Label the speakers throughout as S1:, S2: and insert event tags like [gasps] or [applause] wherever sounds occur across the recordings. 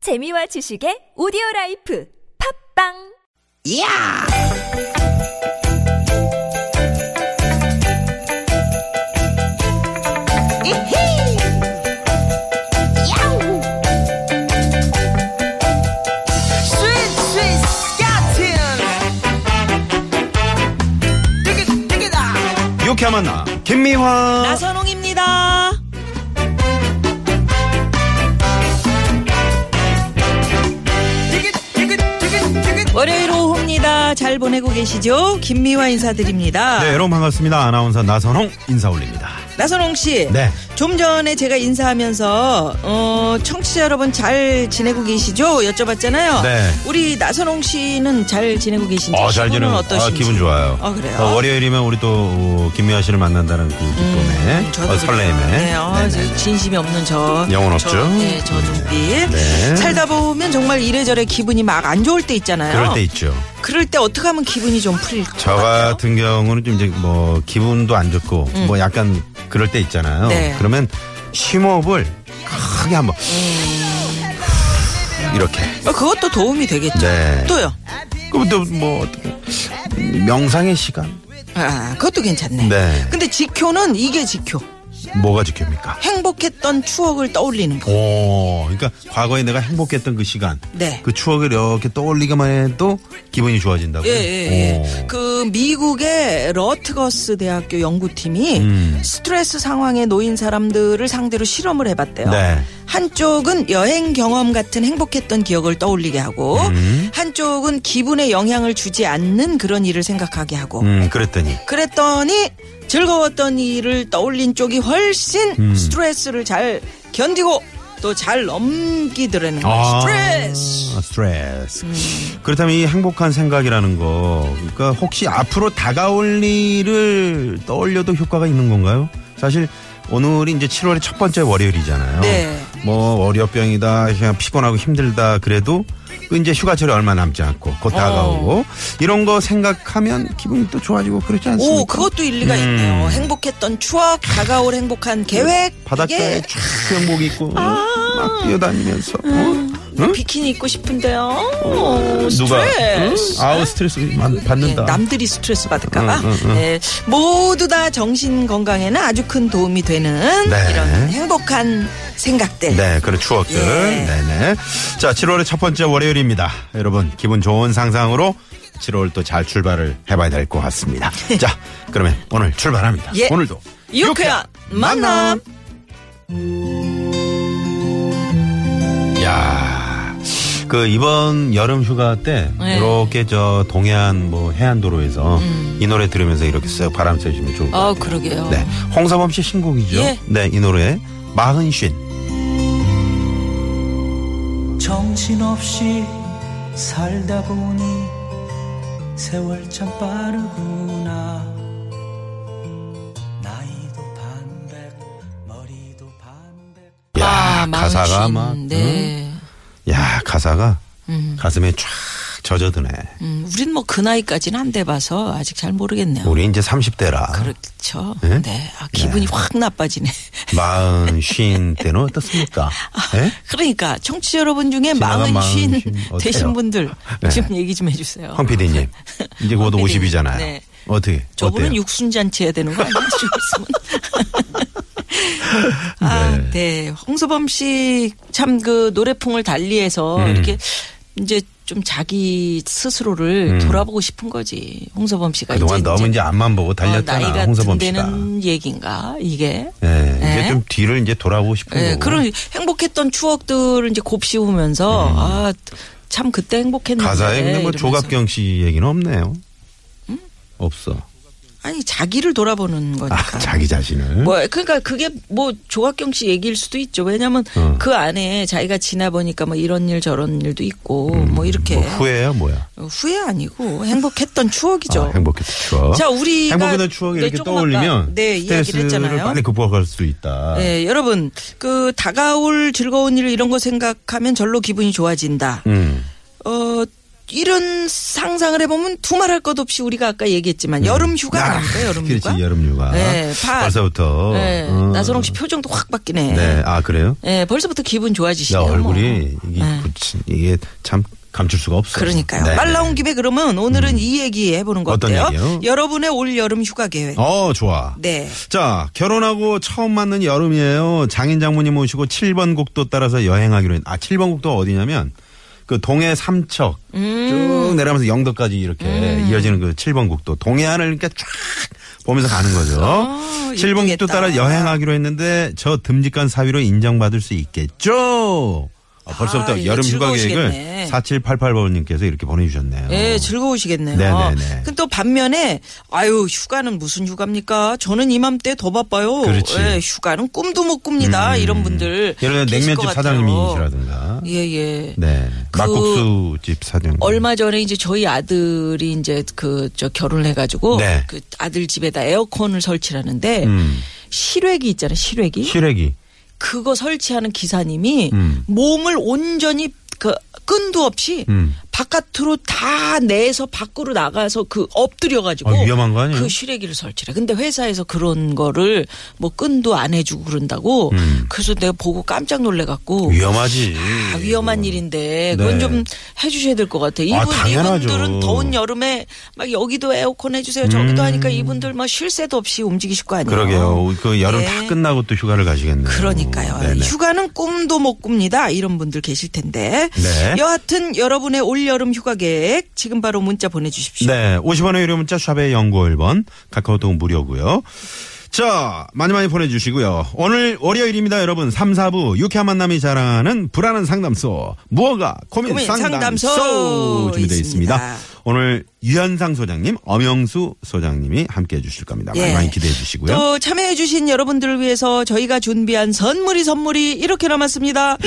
S1: 재미와 지식의 오디오 라이프 팝빵
S2: 이야! 이히! 야우! 스윗, 스윗, 스카틴! 띠깃, 띠깃아!
S3: 유쾌한 만나
S4: 아,
S3: 김미화
S2: 나선홍입니다. 띠깃, 띠깃, 띠깃, 띠깃.
S4: 월요일 오후입니다. 잘 보내고 계시죠? 김미화 인사드립니다.
S3: 네 여러분 반갑습니다 아나운서 나선홍 인사 올립니다
S4: 나선홍 씨.
S3: 네.
S4: 좀 전에 제가 인사하면서 어, 청취자 여러분 잘 지내고 계시죠? 여쭤봤잖아요.
S3: 네.
S4: 우리 나선홍 씨는 잘 지내고 계신지
S3: 어, 잘
S4: 시분은
S3: 지내고
S4: 어떠신지.
S3: 아, 기분 좋아요
S4: 아, 그래요? 음,
S3: 어, 월요일이면 우리 또 어, 김미화 씨를 만난다는 그 기쁨에
S4: 저도
S3: 어,
S4: 그래요.
S3: 설레임에
S4: 네, 어,
S3: 네네.
S4: 저 진심이 없는 저.
S3: 영혼
S4: 저,
S3: 없죠? 음.
S4: 네, 저 눈빛.
S3: 네.
S4: 살다 보면 정말 이래저래 기분이 막 안 좋을 때 있잖아요.
S3: 그럴 때 있죠
S4: 그럴 때 어떻게 하면 기분이 좀 풀릴 것
S3: 저
S4: 같아요? 음.
S3: 같은 경우는 좀 이제 뭐 기분도 안 좋고 뭐 약간 그럴 때 있잖아요
S4: 네.
S3: 그러면 심호흡을 크게 한번
S4: 음.
S3: 이렇게
S4: 어, 그것도 도움이 되겠죠.
S3: 네.
S4: 또요.
S3: 그럼 또뭐 어떻게 명상의 시간
S4: 아, 그것도 괜찮네.
S3: 네.
S4: 근데 지표는 이게 지표.
S3: 뭐가 지킵니까
S4: 행복했던 추억을 떠올리는 거.
S3: 오, 그러니까 과거에 내가 행복했던 그 시간,
S4: 네.
S3: 그 추억을 이렇게 떠올리기만 해도 기분이 좋아진다고.
S4: 예, 예, 예. 그 미국의 러트거스 대학교 연구팀이
S3: 음.
S4: 스트레스 상황에 놓인 사람들을 상대로 실험을 해봤대요.
S3: 네.
S4: 한쪽은 여행 경험 같은 행복했던 기억을 떠올리게 하고,
S3: 음.
S4: 한쪽은 기분에 영향을 주지 않는 그런 일을 생각하게 하고,
S3: 음, 그랬더니
S4: 그랬더니 즐거웠던 일을 떠올린 쪽이 훨씬
S3: 음.
S4: 스트레스를 잘 견디고 또 잘 넘기더라는 거예요. 스트레스.
S3: 아,
S4: 음.
S3: 스트레스. 그렇다면 이 행복한 생각이라는 거, 그러니까 혹시 앞으로 다가올 일을 떠올려도 효과가 있는 건가요? 사실 오늘이 이제 7월의 첫 번째 월요일이잖아요.
S4: 네.
S3: 뭐 월요병이다, 그냥 피곤하고 힘들다 그래도 그 이제 휴가철이 얼마 남지 않고 곧 다가오고 이런 거 생각하면 기분이 또 좋아지고 그렇지 않습니까?
S4: 어. 오, 그것도 일리가
S3: 음. 네.
S4: 있네요. 행복했던 추억, 다가올 행복한 계획.
S3: 바닷가에
S4: 이게 아.
S3: 쫙 수영복 입고 막 뛰어다니면서
S4: 음.
S3: 어? 응?
S4: 비키니 입고 싶은데요.
S3: 누가
S4: 오, 스트레스.
S3: 응? 아우 스트레스 받-
S4: 예,
S3: 받는다.
S4: 남들이 스트레스 받을까봐
S3: 응, 응, 응.
S4: 예, 모두 다 정신 건강에는 아주 큰 도움이 되는
S3: 네.
S4: 이런 행복한 생각들
S3: 네, 그런 추억들.
S4: 예.
S3: 네네. 자, 7월의 첫 번째 월요일입니다. 여러분, 기분 좋은 상상으로 7월 또 잘 출발을 해봐야 될 것
S4: [laughs]
S3: 같습니다. 자, 그러면 오늘 출발합니다.
S4: 예.
S3: 오늘도
S4: 유쾌한 만남.
S3: 야, 그 이번 여름 휴가 때
S4: 네.
S3: 이렇게 저 동해안 뭐 해안도로에서
S4: 음.
S3: 이 노래 들으면서 이렇게 쓱 바람 쐬시면 좋을 것 같아요.
S4: 아, 그러게요.
S3: 네, 홍서범 씨 신곡이죠.
S4: 예.
S3: 네, 이 노래 마흔쉰.
S5: 정신없이 살다 보니 세월 참 빠르구나 나이도 반백 머리도 반백
S3: 야,
S4: 아,
S3: 가사가
S4: 망신.
S3: 막. 응?
S4: 네.
S3: 야, 가사가 가슴에 쫙 젖어드네.
S4: 음, 우린 뭐 그 나이까지는 안 돼봐서 아직 잘 모르겠네요.
S3: 우리 이제 30대라.
S4: 그렇죠.
S3: 네?
S4: 네. 아, 기분이 확 나빠지네. [laughs]
S3: 마흔, 쉰 때는 어떻습니까? 예?
S4: 그러니까 청취자 여러분 중에
S3: 지나간
S4: 마흔
S3: 마흔
S4: 쉰
S3: 쉰 어때요?
S4: 되신 분들
S3: 네.
S4: 좀 얘기 좀 해주세요.
S3: 황 PD님. 이제 곧
S4: 황 PD 님,
S3: 50이잖아요.
S4: 네.
S3: 어떻게?
S4: 저분은
S3: 어때요?
S4: 육순잔치 해야 되는 거 아니에요? 좀
S3: [laughs]
S4: 있으면. 아, 네. 홍서범 씨 참 그 노래풍을 달리해서
S3: 음.
S4: 이렇게 이제 좀 자기 스스로를 돌아보고 싶은 거지. 홍서범 씨가
S3: 음. 그동안
S4: 이제
S3: 너무
S4: 이제
S3: 이제 앞만 보고 달렸잖아.
S4: 어, 나이가
S3: 홍서범 씨가.
S4: 든다는 얘기인가 이게.
S3: 예,
S4: 예?
S3: 이제 좀 뒤를 이제 돌아보고 싶은
S4: 예,
S3: 거고.
S4: 그런 행복했던 추억들을 이제 곱씹으면서 아 참 그때 행복했는데.
S3: 음. 가사에 근데 뭐
S4: 이러면서. 음?
S3: 조갑경 씨 얘기는 없네요. 없어.
S4: 아니 자기를 돌아보는
S3: 아,
S4: 거니까.
S3: 자기 자신을.
S4: 뭐 그러니까 그게 뭐 조각경 씨 얘기일 수도 있죠. 왜냐하면
S3: 어.
S4: 그 안에 자기가 지나보니까 뭐 이런 일 저런 일도 있고 뭐 이렇게
S3: 뭐 후회야 뭐야?
S4: 어, 후회 아니고 행복했던 추억이죠.
S3: 아, 행복했던 추억.
S4: 자, 우리가
S3: 행복했던 추억 이렇게
S4: 네, 조금 아까,
S3: 떠올리면
S4: 네, 이야기를
S3: 스트레스를
S4: 했잖아요.
S3: 빨리 극복할 수 있다.
S4: 예, 여러분 그 다가올 즐거운 일 이런 거 생각하면 절로 기분이 좋아진다.
S3: 음.
S4: 어 이런 상상을 해보면 두말할 것 없이 우리가 아까 얘기했지만 여름 휴가
S3: 아,
S4: 아닙니까 여름 휴가?
S3: 그렇지, 여름 휴가.
S4: 네, 파.
S3: 벌써부터.
S4: 네,
S3: 어.
S4: 나선홍 씨 표정도 확 바뀌네.
S3: 네, 아, 그래요?
S4: 예, 벌써부터 기분
S3: 야,
S4: 좋아지시네요.
S3: 얼굴이, 이게,
S4: 네.
S3: 그치, 이게 참 감출 수가 없어요.
S4: 그러니까요.
S3: 네. 음.
S4: 말 나온 김에 그러면 오늘은 이 얘기 해보는 거
S3: 어떤
S4: 어때요?
S3: 얘기요?
S4: 여러분의 올 여름 휴가 계획.
S3: 어, 좋아.
S4: 네.
S3: 자, 결혼하고 처음 맞는 여름이에요. 장인 장모님 모시고 7번 국도 따라서 여행하기로 했. 아, 7번 국도 어디냐면 그 동해 삼척
S4: 음.
S3: 쭉 내려가면서 영덕까지 이렇게 이어지는 그 7번 국도. 동해안을 이렇게 쫙 보면서 가는 거죠. 칠 7번 국도
S4: 어, 예쁘겠다.
S3: 따라 여행하기로 했는데 저 듬직한 사위로 인정받을 수 있겠죠? 어, 벌써부터
S4: 아, 이거
S3: 여름 휴가
S4: 즐거우시겠네.
S3: 계획을 4788번님께서 이렇게 보내주셨네요.
S4: 예, 즐거우시겠네요.
S3: 어. 네네네.
S4: 근데 또 반면에 아유 휴가는 무슨 휴가입니까? 저는 이맘때 더 바빠요.
S3: 그렇지. 음.
S4: 예, 휴가는 꿈도 못 꿉니다. 이런 분들
S3: 예를 들면
S4: 계실 것
S3: 냉면집
S4: 같아요.
S3: 사장님이시라든가.
S4: 예, 예.
S3: 네.
S4: 그
S3: 막국수 집 사장.
S4: 얼마 전에 이제 저희 아들이 이제 그 저 결혼을 해가지고
S3: 네.
S4: 그 아들 집에다 에어컨을 설치하는데
S3: 음.
S4: 실외기 있잖아요. 실외기.
S3: 시래기.
S4: 그거 설치하는 기사님이
S3: 음.
S4: 몸을 온전히 그 끈도 없이
S3: 음.
S4: 바깥으로 다 내서 밖으로 나가서 그 엎드려가지고
S3: 아, 위험한 거 아니에요?
S4: 그 실외기를 설치해. 근데 회사에서 그런 거를 뭐 끈도 안 해주고 그런다고.
S3: 음.
S4: 그래서 내가 보고 깜짝 놀래갖고
S3: 위험하지.
S4: 아, 위험한 일인데 그건
S3: 네.
S4: 좀 해주셔야 될 것 같아. 이분
S3: 아, 당연하죠.
S4: 이분들은 더운 여름에 막 여기도 에어컨 해주세요, 저기도 하니까 이분들 뭐 막쉴 새도 없이 움직이실 거 아니에요.
S3: 그러게요. 그 여름
S4: 네.
S3: 다 끝나고 또 휴가를 가시겠네요.
S4: 그러니까요.
S3: 네네.
S4: 휴가는 꿈도 못 꿉니다. 이런 분들 계실 텐데.
S3: 네.
S4: 여하튼 여러분의 올여름 휴가 계획 지금 바로 문자 보내주십시오.
S3: 네. 50원의 유료 문자 샵의 연구 1번. 카카오톡 무료고요. 자, 많이 많이 보내주시고요. 오늘 월요일입니다, 여러분. 3, 4부 유쾌한 만남이 자랑하는 불안한 상담소. 무허가 고민,
S4: 고민
S3: 상담소.
S4: 상담소
S3: 준비되어 있습니다.
S4: 있습니다.
S3: 오늘 유현상 소장님, 엄영수 소장님이 함께 해주실 겁니다. 많이
S4: 예.
S3: 많이 기대해 주시고요.
S4: 또 참여해주신 여러분들을 위해서 저희가 준비한 선물이 선물이 이렇게 남았습니다.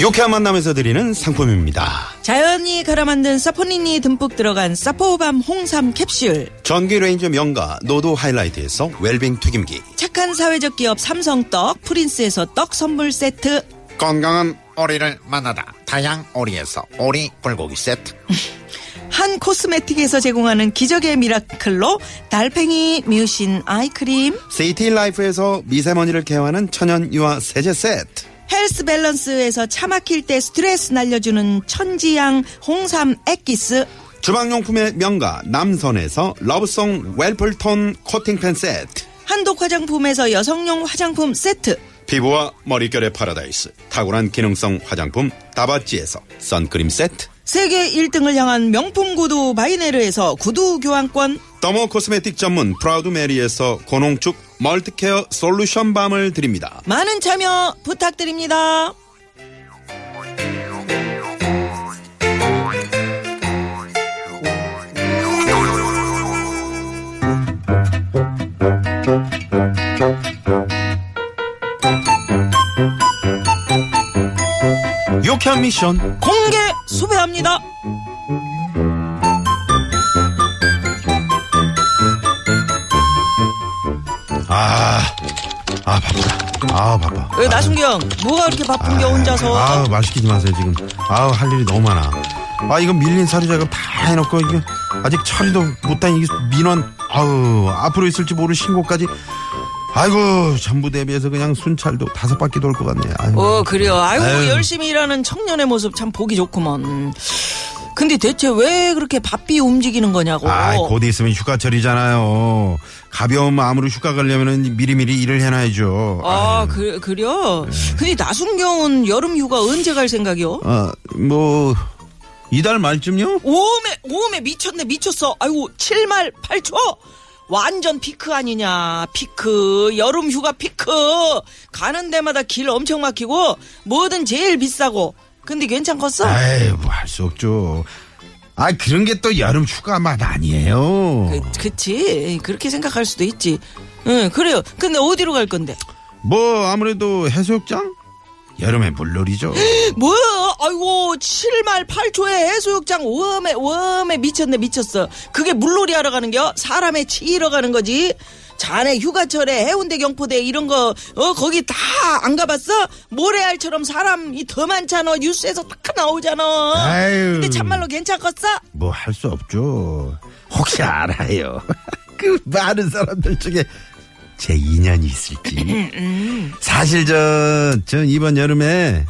S3: 유쾌한 만남에서 드리는 상품입니다.
S4: 자연이 갈아 만든 사포닌이 듬뿍 들어간 사포밤 홍삼 캡슐.
S3: 전기 레인저 명가 노도 하이라이트에서 웰빙 튀김기
S4: 착한 사회적 기업 삼성떡 프린스에서 떡 선물 세트.
S6: 건강한 오리를 만나다 다양 오리에서 오리 불고기 세트
S4: 한 코스메틱에서 제공하는 기적의 미라클로 달팽이 뮤신 아이크림.
S3: 세이티 라이프에서 미세먼지를 개화하는 천연 유화 세제 세트
S4: 헬스 밸런스에서 차 막힐 때 스트레스 날려주는 천지향 홍삼 액기스
S3: 주방용품의 명가 남선에서 러브송 웰플톤 코팅팬 세트
S4: 한독 화장품에서 여성용 화장품 세트
S3: 피부와 머릿결의 파라다이스 탁월한 기능성 화장품 다바찌에서 선크림 세트
S4: 세계 1등을 향한 명품 구두 바이네르에서 구두 교환권
S3: 더모 코스메틱 전문 프라우드 메리에서 고농축 멀티케어 솔루션 밤을 드립니다
S4: 많은 참여 부탁드립니다
S3: 유쾌한 미션
S4: 공개 수배합니다
S3: 아, 아 바쁘다. 아 바빠.
S4: 왜 나순경 뭐가 그렇게 바쁜 게 혼자서
S3: 아우 말 시키지 마세요 지금. 아우 할 일이 너무 많아. 아 이거 밀린 서류 작업 다 아, 해놓고 이게 아직 처리도 못한 이게 민원. 아우 앞으로 있을지 모를 신고까지. 아이고 전부 대비해서 그냥 순찰도 다섯 바퀴 돌 것 같네. 아이고.
S4: 어 그래요 아이고
S3: 아유.
S4: 열심히 일하는 청년의 모습 참 보기 좋구먼 근데 대체 왜 그렇게 바삐 움직이는 거냐고
S3: 아, 곧 있으면 휴가철이잖아요. 가벼운 마음으로 휴가 가려면은 미리미리 일을 해놔야죠.
S4: 아, 그, 그려? 근데 나순경은 여름 휴가 언제 갈 생각이요?
S3: 아, 뭐 이달 말쯤요?
S4: 오메, 오메, 미쳤네, 미쳤어. 아이고, 7말 8초? 완전 피크 아니냐, 피크. 여름 휴가 피크. 가는 데마다 길 엄청 막히고, 뭐든 제일 비싸고. 근데 괜찮겠어?
S3: 아이, 뭐 할 수 없죠. 아, 그런 게 또 여름 휴가 맛 아니에요.
S4: 그, 그치. 그렇게 생각할 수도 있지. 응, 그래요. 근데 어디로 갈 건데?
S3: 뭐 아무래도 해수욕장? 여름에
S4: [gasps]
S3: 물놀이죠.
S4: 뭐야? 아이고, 7말 8초에 해수욕장 웜에, 웜에 미쳤네, 미쳤어. 그게 물놀이 하러 가는 겨? 사람의 치이러 가는 거지? 자네 휴가철에 해운대 경포대 이런 거 어, 거기 다 안 가봤어? 모래알처럼 사람이 더 많잖아 뉴스에서 딱 나오잖아
S3: 아유.
S4: 근데 참말로 괜찮겠어?
S3: 뭐 할 수 없죠. 혹시 알아요? [laughs] 그 많은 사람들 중에 제 인연이
S4: 음,
S3: 있을지. 사실 저, 전 이번 여름에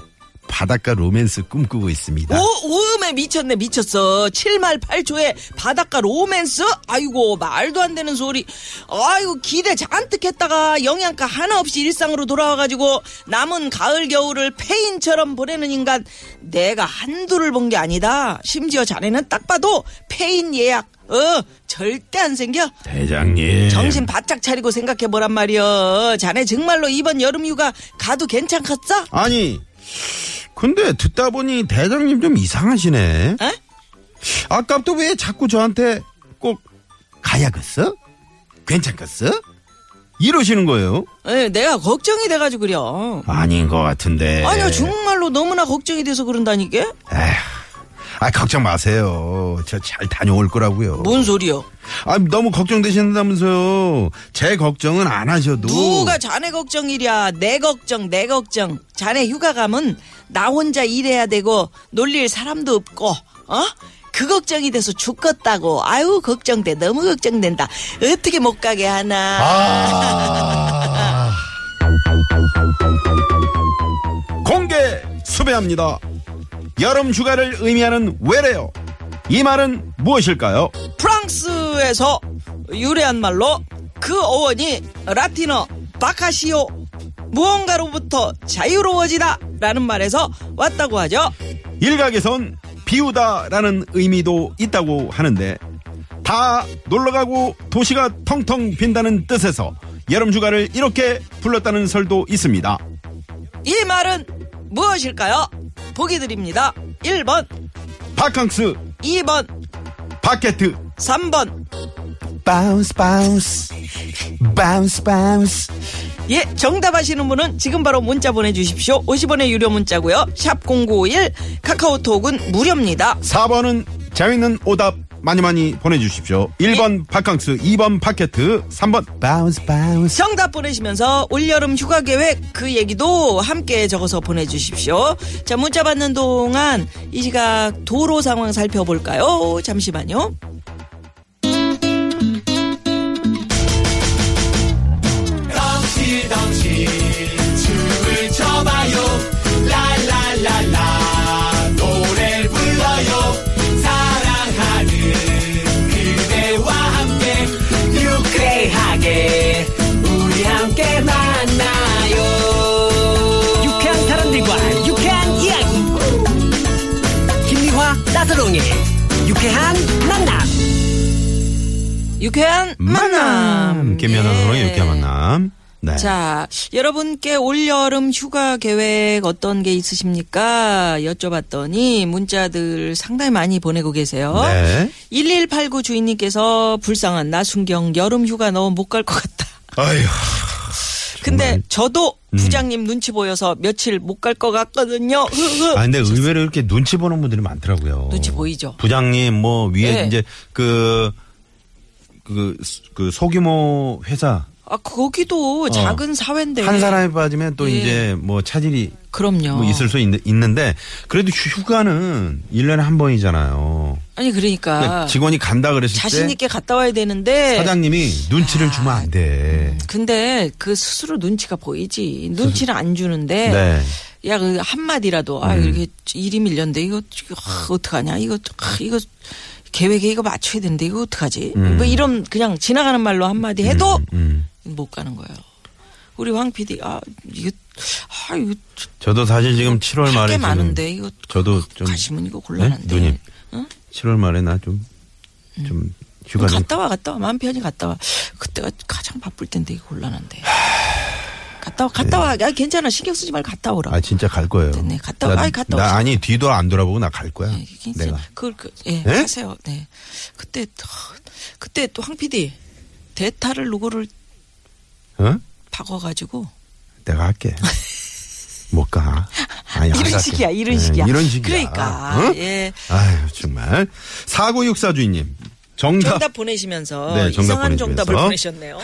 S3: 바닷가 로맨스 꿈꾸고 있습니다.
S4: 오, 오음에 미쳤네, 미쳤어. 7말 8초에 바닷가 로맨스? 아이고, 말도 안 되는 소리. 아이고, 기대 잔뜩 했다가 영양가 하나 없이 일상으로 돌아와가지고 남은 가을, 겨울을 폐인처럼 보내는 인간. 내가 한두를 본 게 아니다. 심지어 자네는 딱 봐도 폐인 예약. 어, 절대 안 생겨.
S3: 대장님.
S4: 정신 바짝 차리고 생각해보란 말이여. 자네 정말로 이번 여름 휴가 가도 괜찮겠어?
S3: 아니, 근데 듣다 보니 대장님 좀 이상하시네.
S4: 에?
S3: 아까부터 왜 자꾸 저한테 꼭 가야겠어? 괜찮겠어? 이러시는 거예요?
S4: 에, 내가 걱정이 돼가지고 그려.
S3: 아닌 것 같은데.
S4: 아니요 정말로 너무나 걱정이 돼서 그런다니까
S3: 에휴, 아 걱정 마세요. 저 잘 다녀올 거라고요.
S4: 뭔 소리요
S3: 아 너무 걱정되신다면서요. 제 걱정은 안 하셔도.
S4: 누가 자네 걱정이랴 내 걱정 내 걱정 자네 휴가 가면 나 혼자 일해야 되고 놀릴 사람도 없고 어? 그 걱정이 돼서 죽겠다고 아유 걱정돼 너무 걱정된다 어떻게 못 가게 하나
S3: 공개 수배합니다. 여름 휴가를 의미하는 외래어. 이 말은 무엇일까요?
S4: 프랑스에서 유래한 말로 그 어원이 라틴어 바카시오 무언가로부터 자유로워지다 라는 말에서 왔다고 하죠
S3: 일각에선 비우다라는 의미도 있다고 하는데 다 놀러가고 도시가 텅텅 빈다는 뜻에서 여름 휴가를 이렇게 불렀다는 설도 있습니다.
S4: 이 말은 무엇일까요? 보기 드립니다. 1번,
S3: 바캉스,
S4: 2번,
S3: 바케트,
S4: 3번.
S3: 바운스 바운스 바운스 바운스
S4: 예, 정답 아시는 분은 지금 바로 문자 보내주십시오. 50원의 유료 문자고요. 샵 0951, 카카오톡은 무료입니다.
S3: 4번은 재밌는 오답 많이 많이 보내주십시오
S4: 네.
S3: 1번 바캉스 2번 바케트 3번 바운스 바운스
S4: 정답 보내시면서 올여름 휴가 계획 그 얘기도 함께 적어서 보내주십시오. 자, 문자 받는 동안 이 시각 도로 상황 살펴볼까요? 잠시만요.
S7: 유쾌한 사람들과 유쾌한 이야기 김미화 나서롱의 유쾌한 만남
S4: 유쾌한 만남.
S3: 김연아로의
S4: 예.
S3: 이렇게 만남 네.
S4: 자, 여러분께 올여름 휴가 계획 어떤 게 있으십니까? 여쭤봤더니 문자들 상당히 많이 보내고 계세요.
S3: 네.
S4: 1189 주인님께서 불쌍한 나순경 여름 휴가 너무 못 갈 것 같다.
S3: 아휴
S4: 근데 저도
S3: 음.
S4: 부장님 눈치 보여서 며칠 못 갈 것 같거든요. 흐흐. [laughs]
S3: 아 근데 의외로 이렇게 눈치 보는 분들이 많더라고요
S4: 눈치 보이죠?
S3: 부장님 뭐 위에
S4: 네.
S3: 이제 그 그, 그 소규모 회사
S4: 아, 거기도 작은 사회인데.
S3: 어. 한 사람이 빠지면 또
S4: 네. 예. 어.
S3: 이제 뭐 차질이
S4: 그럼요.
S3: 뭐 있을 수 있, 는데 그래도 휴- 휴가는 1년에 한 번이잖아요.
S4: 아니, 그러니까.
S3: 그러니까 직원이 간다 그랬을 때
S4: 자신있게 아. 갔다 와야 되는데.
S3: 사장님이 눈치를 주면 안 돼.
S4: 근데 그 스스로 눈치가 보이지. 눈치를 안 주는데
S3: 네.
S4: 야, 그 한마디라도,
S3: 음.
S4: 아, 이렇게 일이 밀렸는데, 이거, 이거, 아, 어떡하냐, 이거, 아, 이거, 계획에 이거 맞춰야 되는데, 이거 어떡하지? 뭐 이런, 그냥 지나가는 말로 한마디 해도
S3: 음.
S4: 못 가는 거예요. 우리 황 PD, 아, 이거, 아, 이거,
S3: 저도 사실 지금 7월 말에
S4: 할게
S3: 지금
S4: 많은데, 이거,
S3: 저도 좀
S4: 가시면 이거
S3: 네?
S4: 곤란한데.
S3: 누님
S4: 응?
S3: 7월 말에 나 좀 좀
S4: 음.
S3: 휴가 좀
S4: 갔다 와, 갔다 와. 마음 편히 갔다 와. 그때가 가장 바쁠 텐데, 이거 곤란한데. 갔다 와, 갔다
S3: 네.
S4: 와. 야, 괜찮아. 신경 쓰지 말고 갔다 오라.
S3: 아 진짜 갈 거예요.
S4: 네, 갔다
S3: 나,
S4: 와. 아이, 갔다
S3: 나
S4: 오시죠.
S3: 아니 뒤도 안 돌아보고 나 갈 거야.
S4: 예, 이게 진짜
S3: 내가
S4: 그걸 그, 예,
S3: 예?
S4: 하세요. 네. 그때 또- 그때 또 황 PD 대타를 누구를
S3: 어?
S4: 박아 가지고
S3: 내가
S4: [laughs]
S3: 할게. 못 가. 아니,
S4: 이런
S3: 안 갈게.
S4: 식이야, 그러니까, 이런
S3: 예, 어?
S4: 식이야.
S3: 이런 식이야.
S4: 그러니까,
S3: 응?
S4: 예.
S3: 아유, 정말. 4964 주인님. 정답.
S4: 정답 보내시면서
S3: 네, 정답
S4: 이상한
S3: 보내시면서.
S4: 정답을 보내셨네요.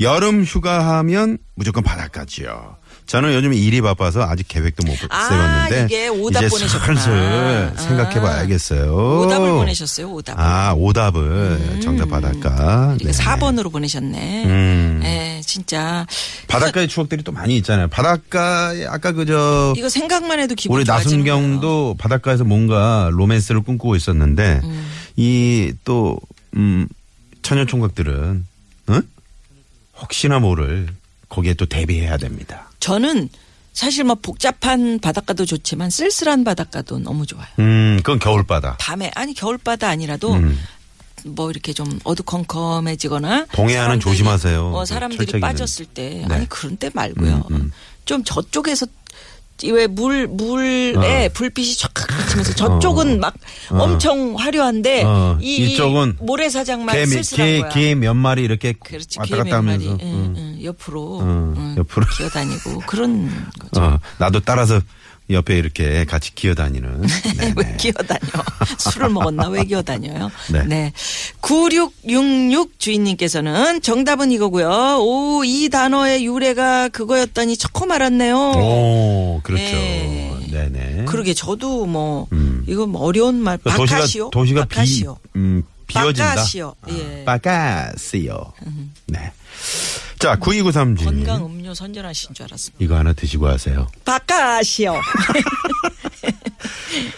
S3: 여름 휴가하면 무조건 바닷가지요. 저는 요즘 일이 바빠서 아직 계획도 못
S4: 아,
S3: 세웠는데
S4: 이게 오답
S3: 이제
S4: 보내셨구나.
S3: 슬슬
S4: 아.
S3: 생각해봐야겠어요.
S4: 오답을 보내셨어요. 오답.
S3: 아 오답을 정답 바닷가. 네.
S4: 이거 4번으로 보내셨네.
S3: 음.
S4: 예, 진짜.
S3: 바닷가의 추억들이 또 많이 있잖아요. 바닷가에 아까 그저
S4: 이거 생각만 해도 기분
S3: 우리
S4: 좋아지는 거예요.
S3: 나순경도 바닷가에서 뭔가 로맨스를 꿈꾸고 있었는데
S4: 음.
S3: 이 또 음, 처녀 총각들은 응? 혹시나 모를 거기에 또 대비해야 됩니다.
S4: 저는 사실 뭐 복잡한 바닷가도 좋지만 쓸쓸한 바닷가도 너무 좋아요.
S3: 음, 그건 겨울바다.
S4: 밤에 아니 겨울바다 아니라도
S3: 음.
S4: 뭐 이렇게 좀 어두컴컴해지거나
S3: 동해안은
S4: 사람들이-
S3: 조심하세요.
S4: 어, 사람들이
S3: 철책이는.
S4: 빠졌을 때
S3: 네. 음,
S4: 아니 그런 때 말고요. 좀 저쪽에서 왜 물
S3: 어.
S4: 물에 불빛이 촥 비치면서 저쪽은 막 엄청 화려한데
S3: 어.
S4: 이, 이
S3: 이쪽은
S4: 모래사장만
S3: 개, 몇-
S4: 쓸쓸한
S3: 개,
S4: 거야.
S3: 개몇 마리 이렇게
S4: 그렇지
S3: 왔다
S4: 개미
S3: 갔다
S4: 한 마리 예,
S3: 하면서. 음.
S4: 응,
S3: 응.
S4: 응, 옆으로
S3: 응,
S4: 응,
S3: 옆으로.
S4: 기어다니고 그런
S3: [laughs]
S4: 거죠.
S3: 어, 나도 따라서 옆에 이렇게 같이 기어다니는. 네네.
S4: [laughs] 왜
S3: [laughs]
S4: 기어다녀? 술을 먹었나? 왜 기어다녀요?
S3: 네.
S4: 네. 9666 주인님께서는 정답은 이거고요. 오, 이 단어의 유래가 그거였다니 처음 알았네요.
S3: 오, 그렇죠.
S4: 네.
S3: 네네.
S4: 그러게 저도 뭐
S3: 음.
S4: 이건 뭐 어려운 말
S3: 그러니까
S4: 바카시오.
S3: 도시가 도시가 비
S4: 바카시오.
S3: 음, 비어진다. 아,
S4: 바카시오. 예. 음.
S3: 바카시오. 네. 자, 9293 주님.
S4: 건강 음료 선전하신 줄 알았습니다.
S3: 이거 하나 드시고 하세요.
S4: 바카시오. [laughs]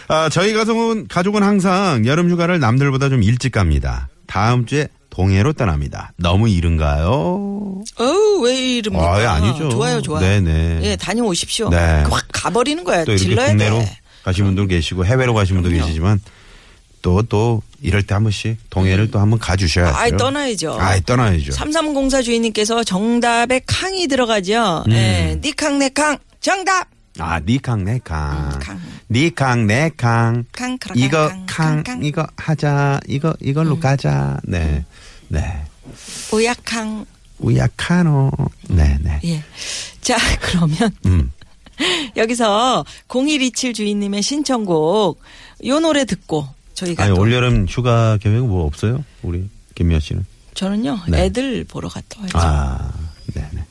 S3: 아, 저희 가족은 가족은 항상 여름 휴가를 남들보다 좀 일찍 갑니다. 다음 주에 동해로 떠납니다. 너무 이른가요?
S4: 어우, 왜 이럽니까?
S3: 아, 예, 아니죠.
S4: 좋아요, 좋아요.
S3: 네네.
S4: 예, 다녀오십시오.
S3: 네.
S4: 확 가버리는 거야.
S3: 또 이렇게
S4: 질러야
S3: 국내로
S4: 돼.
S3: 가신 분들 계시고 해외로 가신 분도 계시지만 또 또 이럴 때 한 번씩 동해를 또 한 번 가주셔야 돼요.
S4: 아이, 떠나야죠.
S3: 아이 떠나야죠.
S4: 삼삼공사 주인님께서 정답에 캉이 들어가죠.
S3: 음.
S4: 예, 니캉 내캉 정답.
S3: 아 니캉
S4: 음,
S3: 내캉
S4: 강.
S3: 니캉 내캉
S4: 캉, 크라캉,
S3: 네, 이거
S4: 캉,
S3: 캉
S4: 캉, 캉.
S3: 이거 하자 이거 이걸로
S4: 음.
S3: 가자 네네
S4: 오약캉.
S3: 우야카노 네네
S4: 예. 자 [laughs] 그러면
S3: 음.
S4: [laughs] 여기서 0127 주인님의 신청곡 요 노래 듣고 저희가
S3: 예, 아니
S4: 또
S3: 올여름 휴가 계획은 뭐 없어요 우리 김미아 씨는
S4: 저는요
S3: 네.
S4: 애들 보러 갔다 와야죠.
S3: 아 네네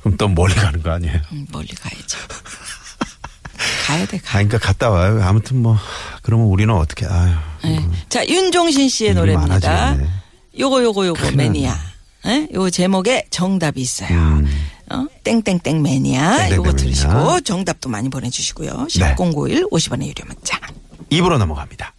S3: 그럼 또 멀리 가는 거 아니에요?
S4: 음, 멀리 가야죠. 가야 돼 가.
S3: 아, 그러니까 갔다 와요. 아무튼 뭐 그러면 우리는 어떻게 아유
S4: 예. 자 윤종신 씨의
S3: 일이
S4: 노래입니다.
S3: 많아지네.
S4: 요거 요거 요거 매니아. 예? 요 제목에 정답이 있어요. 어? 땡땡땡 매니아.
S3: 음. 땡땡땡
S4: 요거
S3: 매니아. 네.
S4: 들으시고 정답도 많이 보내주시고요. 1 0 0 9 1 50원의 유료 문자.
S3: 입으로 넘어갑니다.